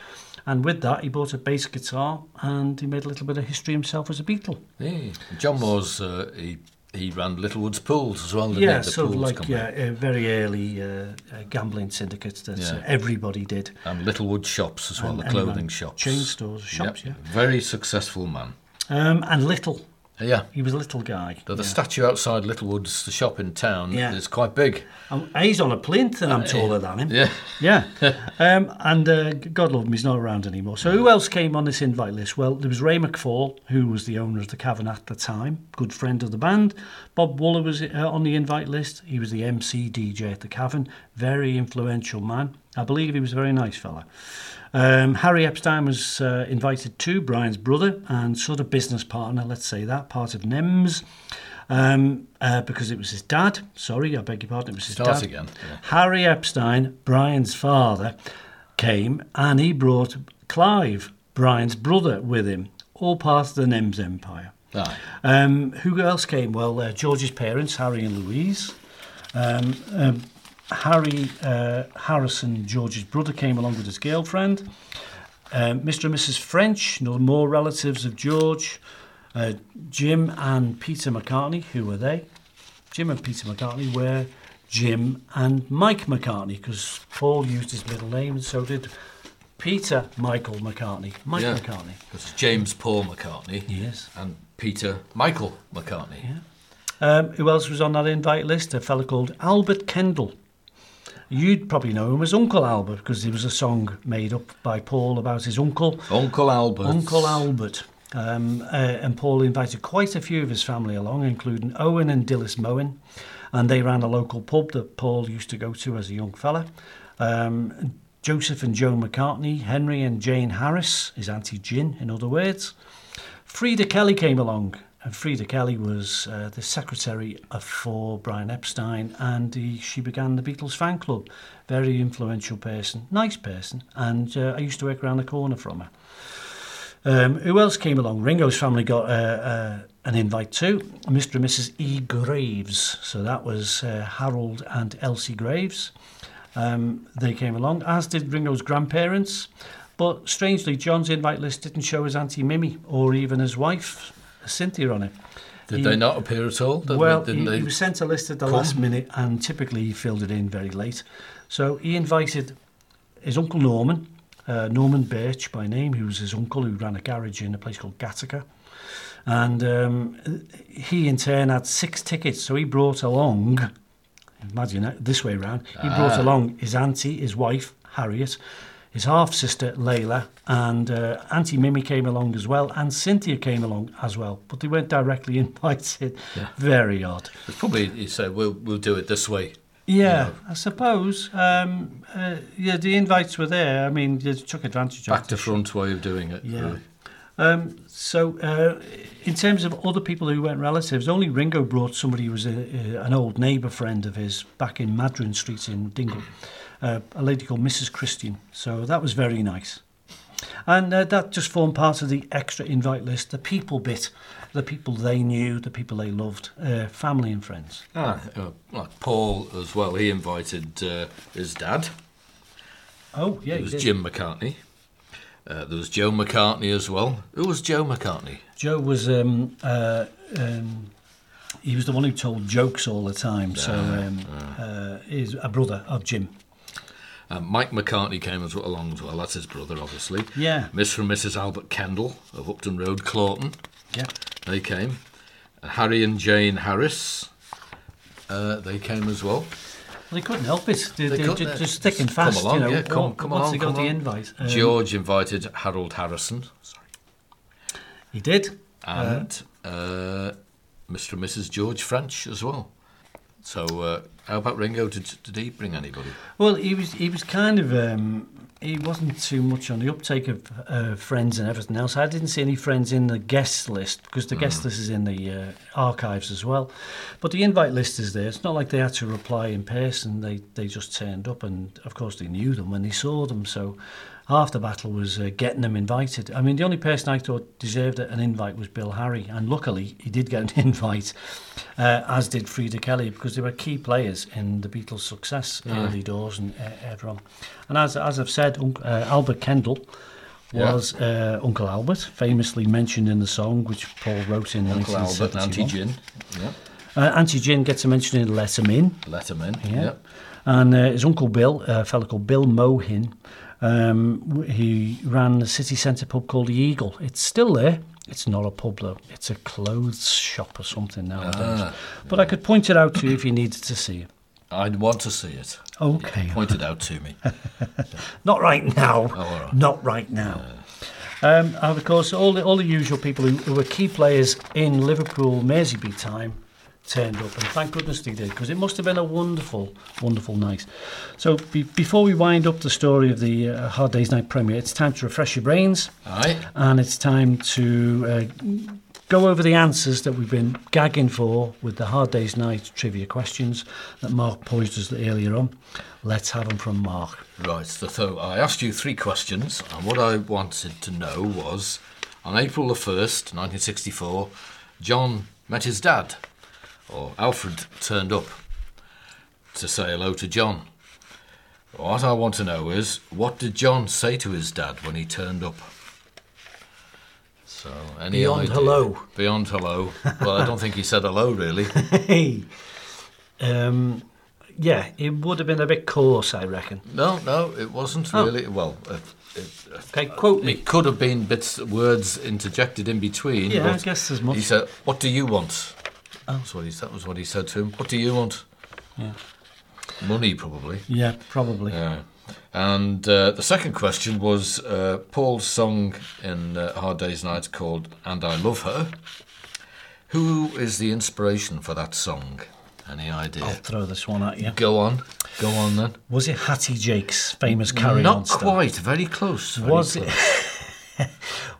S2: And with that, he bought a bass guitar and he made a little bit of history himself as a Beatle.
S1: Yeah. John Moore's, uh, he, he ran Littlewood's pools as well. didn't he?
S2: Yeah,
S1: The
S2: sort of
S1: pools
S2: like
S1: company.
S2: yeah, uh, very early uh, uh, gambling syndicates that uh,
S1: Yeah.
S2: everybody did.
S1: And Littlewood shops as well,
S2: And-
S1: the
S2: and,
S1: clothing
S2: um,
S1: shops.
S2: chain stores, shops,
S1: Yep. Very successful man.
S2: yeah. Um, and little,
S1: Yeah.
S2: he was a little guy.
S1: The, the
S2: yeah.
S1: statue outside Littlewood's, the shop in town,
S2: Yeah.
S1: is quite big.
S2: Um, he's on a plinth, and I'm taller than him.
S1: Uh, Yeah.
S2: Yeah. um, and uh, God love him, he's not around anymore. So who else came on this invite list? Well, there was Ray McFall, who was the owner of the Cavern at the time, good friend of the band. Bob Waller was uh, on the invite list. He was the MC DJ at the Cavern, very influential man. I believe he was a very nice fella. Um, Harry Epstein was uh, invited too, Brian's brother and sort of business partner, let's say that, part of NEMS. Um, uh, because it was his dad. Sorry, I beg your pardon. It was his
S1: Start
S2: dad.
S1: again, yeah.
S2: Harry Epstein, Brian's father, came and he brought Clive, Brian's brother, with him, all part of the NEMS empire.
S1: Aye.
S2: Um, who else came? Well, uh, George's parents, Harry and Louise. Um, um, Harry uh, Harrison, George's brother, came along with his girlfriend. Um, Mr. and Mrs. French, no more relatives of George. Uh, Jim and Peter McCartney, who were they? Jim and Peter McCartney were Jim and Mike McCartney because Paul used his middle name and so did Peter Michael McCartney. Mike
S1: Yeah.
S2: McCartney.
S1: It's James Paul McCartney.
S2: Yes.
S1: And Peter Michael McCartney.
S2: Yeah. Um, who else was on that invite list? A fella called Albert Kendall. You'd probably know him as Uncle Albert because there was a song made up by Paul about his uncle,
S1: Uncle Albert.
S2: Uncle Albert. Um, uh, and Paul invited quite a few of his family along, including Owen and Dillis Moen. And they ran a local pub that Paul used to go to as a young fella. Um, Joseph and Joan McCartney, Henry and Jane Harris, his auntie Gin, in other words. Frida Kelly came along, and Frida Kelly was uh, the secretary of, for Brian Epstein, and he, she began the Beatles fan club. Very influential person, nice person, and uh, I used to work around the corner from her. Um, who else came along? Ringo's family got uh, uh, an invite too. Mr. and Mrs. E. Graves. So that was uh, Harold and Elsie Graves. Um, they came along, as did Ringo's grandparents. But strangely, John's invite list didn't show his Auntie Mimi or even his wife, Cynthia, on it.
S1: Did
S2: He-
S1: they not appear at all? Didn't
S2: well,
S1: they, didn't
S2: he,
S1: they?
S2: he was sent a list at the last minute, and typically he filled it in very late. So he invited his uncle Norman, uh, Norman Birch by name, who was his uncle who ran a garage in a place called Gattaca. And um, he in turn had six tickets, so he brought along, imagine that, this way round. he brought
S1: Ah.
S2: along his auntie, his wife, Harriet, his half sister, Layla, and uh, Auntie Mimi came along as well, and Cynthia came along as well, but they weren't directly invited. Very odd.
S1: It's probably he said, "We'll we'll do it this way."
S2: Yeah, I suppose. Um, uh, yeah, the invites were there. I mean, they took advantage of
S1: Back
S2: it.
S1: to front way of doing it.
S2: Yeah.
S1: really.
S2: Um, so, uh, in terms of other people who weren't relatives, only Ringo brought somebody who was a, a, an old neighbour friend of his back in Madryn Street in Dingle, uh, a lady called Mrs. Christian. So that was very nice. And uh, that just formed part of the extra invite list, the people bit, the people they knew, the people they loved, uh, family and friends.
S1: Ah, uh, like Paul as well. He invited uh, his dad.
S2: Oh, yeah,
S1: It
S2: you
S1: was
S2: did.
S1: Jim McCartney. Uh, there was Joe McCartney as well. Who was Joe McCartney?
S2: Joe was um, uh, um, he was the one who told jokes all the time.
S1: Ah,
S2: So um, uh, is a brother of Jim.
S1: Uh, Mike McCartney came as, along as well. That's his brother, obviously.
S2: Yeah.
S1: Miss and Mrs. Albert Kendall of Upton Road, Clawton.
S2: Yeah.
S1: They came. Uh, Harry and Jane Harris. Uh, they came as well.
S2: They couldn't help it. They,
S1: They
S2: they,
S1: couldn't,
S2: ju-
S1: uh,
S2: just thick and
S1: come
S2: fast.
S1: along,
S2: you know,
S1: yeah, come-
S2: on-
S1: come
S2: once
S1: along,
S2: they got
S1: come
S2: the
S1: along.
S2: invite, um,
S1: George invited Harold Harrison. Sorry.
S2: he did. Uh-huh.
S1: and uh, Mr. and Mrs. George French as well. So, uh, how about Ringo? Did, did he bring anybody?
S2: Well, he was he was kind of um, he wasn't too much on the uptake of uh, friends and everything else. I didn't see any friends in the guest list because the
S1: Mm.
S2: guest list is in the uh, archives as well. But the invite list is there. It's not like they had to reply in person. They they just turned up, and of course they knew them when they saw them. So. Half the battle was uh, getting them invited. I mean, the only person I thought deserved an invite was Bill Harry, and luckily he did get an invite, uh, as did Frida Kelly, because they were key players in the Beatles' success early doors and uh, earlier on. And as, as I've said, Unc uh, Albert Kendall
S1: Yeah.
S2: was uh, Uncle Albert, famously mentioned in the song which Paul wrote in
S1: Uncle Albert and Auntie
S2: 1971.
S1: Gin. Yeah.
S2: Uh, Auntie Gin gets a mention in Let 'Em In,
S1: Let him in.
S2: yeah.
S1: Yeah.
S2: And uh, his uncle Bill, a fellow called Bill Mohin, um, w- he ran the city centre pub called the Eagle. It's still there. It's not a pub though. It's a clothes shop or something nowadays.
S1: Ah,
S2: but I could point it out to you if you needed to see it.
S1: I'd want to see it.
S2: Okay.
S1: Pointed out to me.
S2: Not right now.
S1: Oh, all right.
S2: Not right now. Um, and of course, all the all the usual people who, who were key players in Liverpool Merseybeat time turned up, and thank goodness they did because it must have been a wonderful, wonderful night. So be, before we wind up the story of the uh, Hard Days Night premiere, it's time to refresh your brains,
S1: Aye.
S2: and it's time to uh, go over the answers that we've been gagging for with the Hard Days Night trivia questions that Mark posed us earlier on. Let's have them from Mark.
S1: Right, so- so I asked you three questions, and what I wanted to know was on April the 1st, 1964, John met his dad, or Alfred turned up to say hello to John. What I want to know is what did John say to his dad when he turned up? So, any
S2: Beyond
S1: idea?
S2: hello.
S1: Beyond hello. Well, I don't think he said hello, really.
S2: Hey. Um, yeah, it would have been a bit coarse, I reckon.
S1: No, no, it wasn't
S2: Oh.
S1: really. Well, uh, it, it,
S2: Okay, quote me.
S1: It could have been bits, words interjected in between.
S2: Yeah, I
S1: but
S2: guess there's much.
S1: He said, "What do you want?" That's what he, that was what he said to him. What do you want? Money, probably.
S2: Yeah, probably.
S1: Yeah. And uh, the second question was uh, Paul's song in uh, Hard Day's Night called "And I Love Her." Who is the inspiration for that song? Any idea?
S2: I'll throw this one at you.
S1: Go on, go on then.
S2: Was it Hattie Jake's famous carry on
S1: Not
S2: star?
S1: quite. Very close. very
S2: Was it?
S1: close.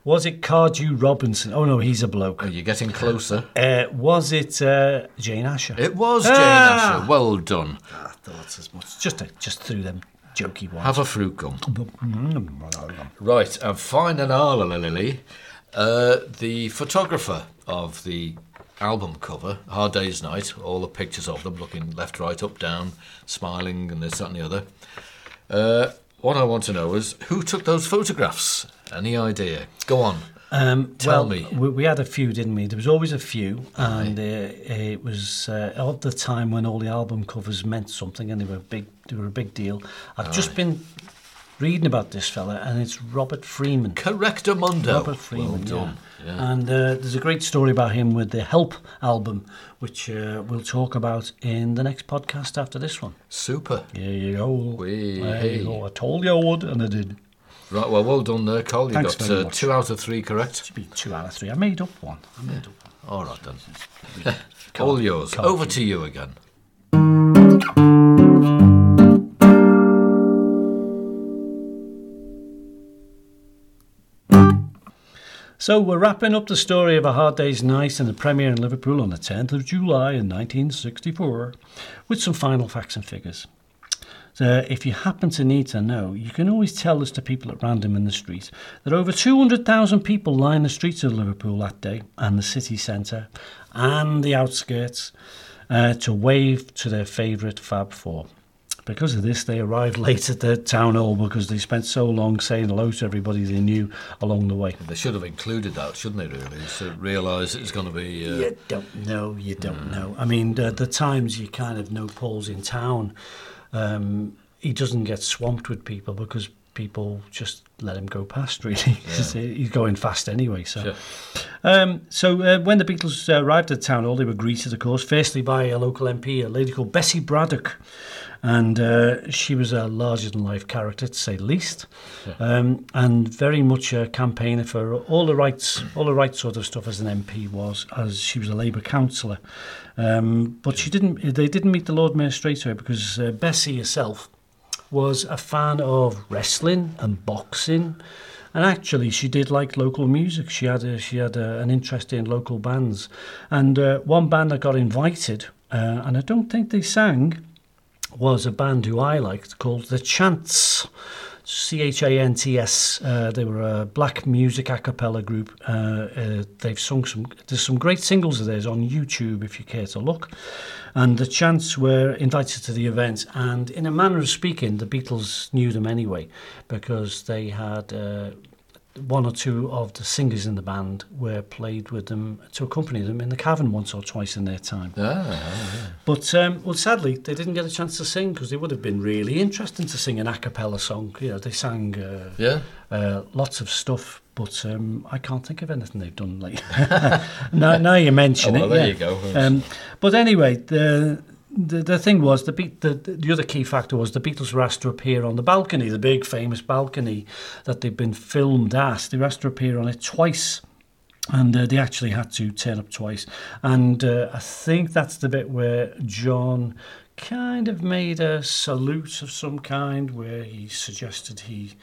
S2: was it Cardew Robinson? Oh no, he's a bloke.
S1: Oh, You're getting closer.
S2: Uh, was it uh, Jane Asher?
S1: It was Jane
S2: Ah!
S1: Asher. Well done.
S2: I thought as much. Just a, just through them jokey ones. Mm-hmm.
S1: Have a fruit gum. Right, and finally, uh, the photographer of the album cover, Hard Day's Night, all the pictures of them looking left, right, up, down, smiling, and this, that, and the other. Uh, what I want to know is who took those photographs? Any idea? Go on.
S2: Um,
S1: Tell
S2: well,
S1: me.
S2: We, we had a few, didn't we? There was always a few, and uh, it was uh, at the time when all the album covers meant something, and they were big. They were a big deal. I've just been reading about this fella, and it's Robert Freeman.
S1: Correcto Mundo.
S2: Robert Freeman,
S1: well done.
S2: yeah. And uh, there's a great story about him with the Help album, which uh, we'll talk about in the next podcast after this one.
S1: Super.
S2: Yeah, you go.
S1: Wee.
S2: There you go. I told you I would, and I did.
S1: Right, well, well done there, Cole. You
S2: Thanks
S1: got
S2: very
S1: uh,
S2: much.
S1: two out of three correct.
S2: Should be two out of three. I made up one. I made up one.
S1: All right then. All yours. Over to you again.
S2: So we're wrapping up the story of A Hard Day's Night and the premiere in Liverpool on the 10th of July in 1964 with some final facts and figures. So if you happen to need to know, you can always tell this to people at random in the street that over 200,000 people lined the streets of Liverpool that day and the city centre and the outskirts uh, to wave to their favourite Fab Four. Because of this, they arrived late at the town hall because they spent so long saying hello to everybody they knew along the way.
S1: They should have included that, shouldn't they, really? So realise it's going to be. Uh,
S2: You don't know. You don't know. I mean, the, the times you kind of know Paul's in town, um, he doesn't get swamped with people because people just let him go past. Really, he's going fast anyway. So,
S1: Sure.
S2: um, so uh, when the Beatles uh, arrived at town hall, they were greeted, of course, firstly by a local MP, a lady called Bessie Braddock, and uh, she was a larger-than-life character, to say the least, um, and very much a campaigner for all the rights, all the right sort of stuff as an MP was, as she was a Labour councillor. Um, but she didn't. They didn't meet the Lord Mayor straight away because uh, Bessie herself was a fan of wrestling and boxing. And actually, she did like local music. She had a, she had a, an interest in local bands, and uh, one band that got invited, uh, and I don't think they sang, was a band who I liked called the Chants, C H A N T S. Uh, they were a black music a cappella group. Uh, uh, they've sung some. There's some great singles of theirs on YouTube if you care to look. And the Chants were invited to the event, and in a manner of speaking, the Beatles knew them anyway because they had. Uh, one or two of the singers in the band were played with them to accompany them in the cavern once or twice in their time.
S1: ah,
S2: But um, well, sadly, they didn't get a chance to sing because they would have been really interesting to sing an a cappella song. You know, they sang uh,
S1: yeah.
S2: uh, lots of stuff, but um, I can't think of anything they've done lately. now, now you mention
S1: Oh, well,
S2: it,
S1: there
S2: yeah.
S1: you go.
S2: Um, but anyway, the, the the thing was the, beat, the the other key factor was the Beatles were asked to appear on the balcony, the big famous balcony that they've been filmed at. They were asked to appear on it twice. And uh, they actually had to turn up twice. And uh, I think that's the bit where John kind of made a salute of some kind, where he suggested he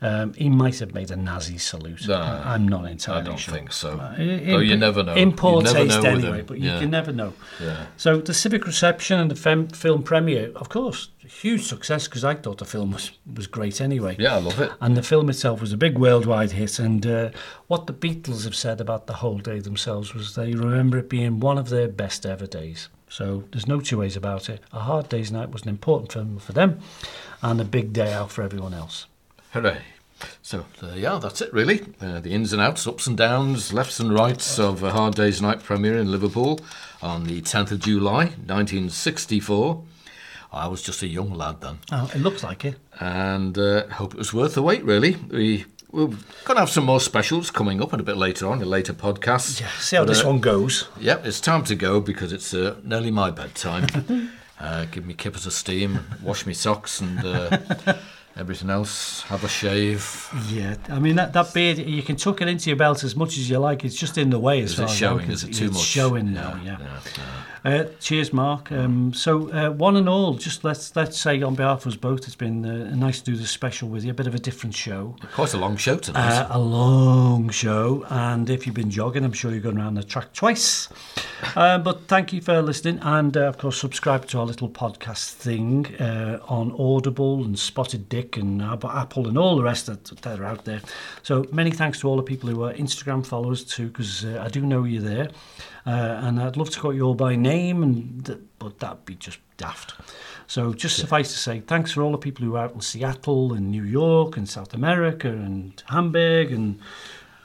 S2: um, he might have made a Nazi salute.
S1: No,
S2: I- I'm not entirely
S1: I don't
S2: sure.
S1: think so.
S2: Uh,
S1: Though
S2: in-
S1: you never know.
S2: In poor
S1: You never
S2: taste,
S1: know with
S2: anyway,
S1: them.
S2: but you
S1: Yeah.
S2: can never know.
S1: yeah.
S2: So the civic reception and the fem- film premiere, of course, huge success because I thought the film was, was great anyway.
S1: Yeah, I love it.
S2: And the film itself was a big worldwide hit. And uh, what the Beatles have said about the whole day themselves was they remember it being one of their best ever days. So there's no two ways about it. A Hard Day's Night was an important film for them and a big day out for everyone else.
S1: Hooray. So, there you are, that's it really. Uh, the ins and outs, ups and downs, lefts and rights of A Hard Day's Night premiere in Liverpool on the 10th of July 1964. I was just a young lad then.
S2: Oh, it looks like it.
S1: and uh, hope it was worth the wait. Really, we we're going to have some more specials coming up and a bit later on in later podcasts.
S2: Yeah, see how
S1: But,
S2: this
S1: uh,
S2: one goes.
S1: Yep, it's time to go because it's uh, nearly my bedtime. uh, give me kippers of steam, wash me socks, and uh, everything else. Have a shave.
S2: Yeah, I mean that, that beard you can tuck it into your belt as much as you like. It's just in the way as
S1: Is
S2: far
S1: it
S2: as I'm
S1: showing? Is it
S2: concerned.
S1: too
S2: it's
S1: much?
S2: showing now.
S1: Yeah,
S2: Yeah.
S1: yeah.
S2: Uh, cheers, Mark. Um, so uh, one and all, just let's let's say on behalf of us both, it's been uh, nice to do this special with you. A bit of a different show.
S1: Quite a long show tonight.
S2: Uh, a long show, and if you've been jogging, I'm sure you've gone around the track twice. Uh, but thank you for listening, and uh, of course, subscribe to our little podcast thing uh, on Audible and Spotted Dick and Ab- Apple and all the rest that, that are out there. So many thanks to all the people who are Instagram followers too, because uh, I do know you're there, uh, and I'd love to call you all by name, and th- but that'd be just daft. So just suffice to say, thanks for all the people who are out in Seattle and New York and South America and Hamburg and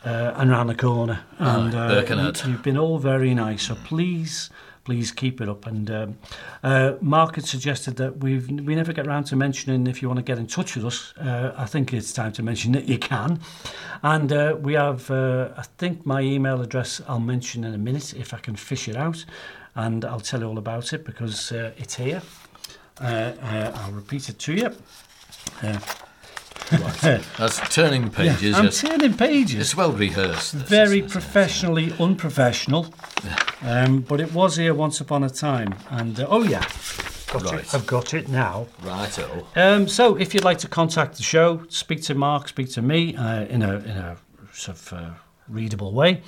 S2: uh, and round the corner. And uh,
S1: Aye, Birkenhead.
S2: you, you've been all very nice. So please. Please keep it up. And um, uh, Mark had suggested that we've we never get round to mentioning if you want to get in touch with us. Uh, I think it's time to mention that you can. And uh, we have, uh, I think, my email address. I'll mention in a minute if I can fish it out, and I'll tell you all about it because uh, it's here. Uh, uh, I'll repeat it to you. Uh,
S1: That's turning pages.
S2: I'm
S1: yes.
S2: turning pages.
S1: It's well rehearsed. this,
S2: very
S1: isn't it?
S2: professionally unprofessional. Um, but it was here once upon a time, and uh, oh yeah,
S3: Got
S1: Right.
S3: it. I've got it now.
S1: Righto.
S2: Um, so, if you'd like to contact the show, speak to Mark, speak to me uh, in a in a sort of uh, readable way,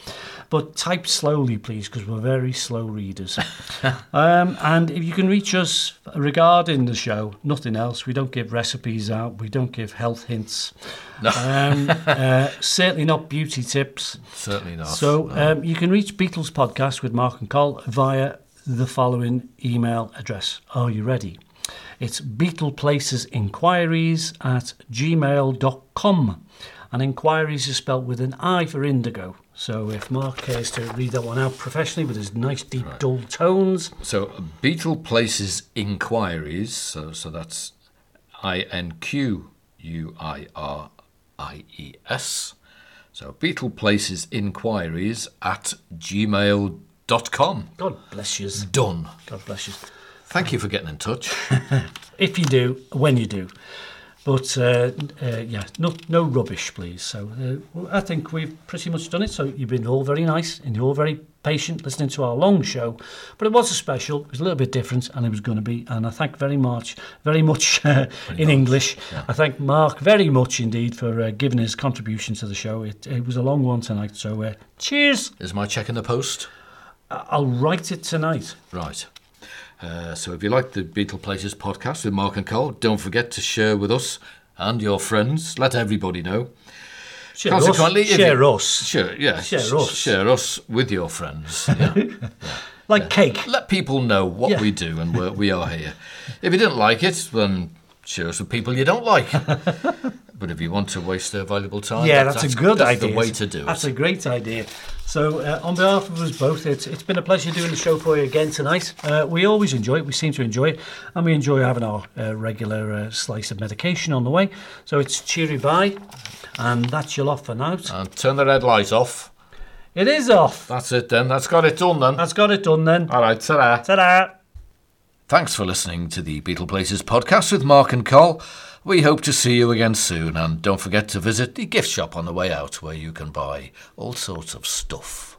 S2: but type slowly, please, because we're very slow readers. um, and if you can reach us regarding the show, nothing else. We don't give recipes out. We don't give health hints. um, uh, certainly not beauty tips.
S1: Certainly not.
S2: So um, you can reach Beatles Podcast with Mark and Col via the following email address. Are you ready? It's beetleplacesinquiries at gmail.com. And inquiries is spelt with an I for indigo. So if Mark cares to read that one out professionally with his nice deep dull tones,
S1: So Beetle places inquiries. So so that's I N Q U I R I E S. So Beetle places inquiries at gmail.com.
S2: God bless you.
S1: Done.
S2: God bless you.
S1: Thank you for getting in touch.
S2: If you do, when you do. But uh, uh, yeah, no, no rubbish, please. So uh, well, I think we've pretty much done it. So you've been all very nice and you're all very patient listening to our long show. But it was a special. It was a little bit different, and it was going to be. And I thank very much, very much uh, in English. I thank Mark very much indeed for uh, giving his contribution to the show. It, it was a long one tonight. So uh, cheers.
S1: Is my check in the post?
S2: I- I'll write it tonight.
S1: Right. Uh, so if you like the Beetle Places podcast with Mark and Cole, don't forget to share with us and your friends. Let everybody know.
S2: Share
S1: Consequently,
S2: us.
S1: if
S2: Share
S1: you-
S2: us.
S1: Share, yeah,
S2: Share
S1: sh-
S2: us.
S1: Share us with your friends. Yeah.
S2: Like cake.
S1: Let people know what
S2: Yeah.
S1: we do and where we are here. If you don't like it, then share us with people you don't like. but if you want to waste their valuable time,
S2: Yeah,
S1: that-
S2: that's, a good
S1: that's
S2: idea.
S1: the way to do
S2: That's
S1: it.
S2: a great idea. So, uh, on behalf of us both, it's, it's been a pleasure doing the show for you again tonight. Uh, we always enjoy it. We seem to enjoy it, and we enjoy having our uh, regular uh, slice of medication on the way. So it's cheery bye, and that's your lot for now.
S1: And turn the red light off.
S2: It is off.
S1: That's it then. That's got it done then.
S2: That's got it done then.
S1: All right, ta-ra.
S2: Ta-da.
S1: Thanks for listening to the Beetle Places podcast with Mark and Col. We hope to see you again soon, and don't forget to visit the gift shop on the way out where you can buy all sorts of stuff.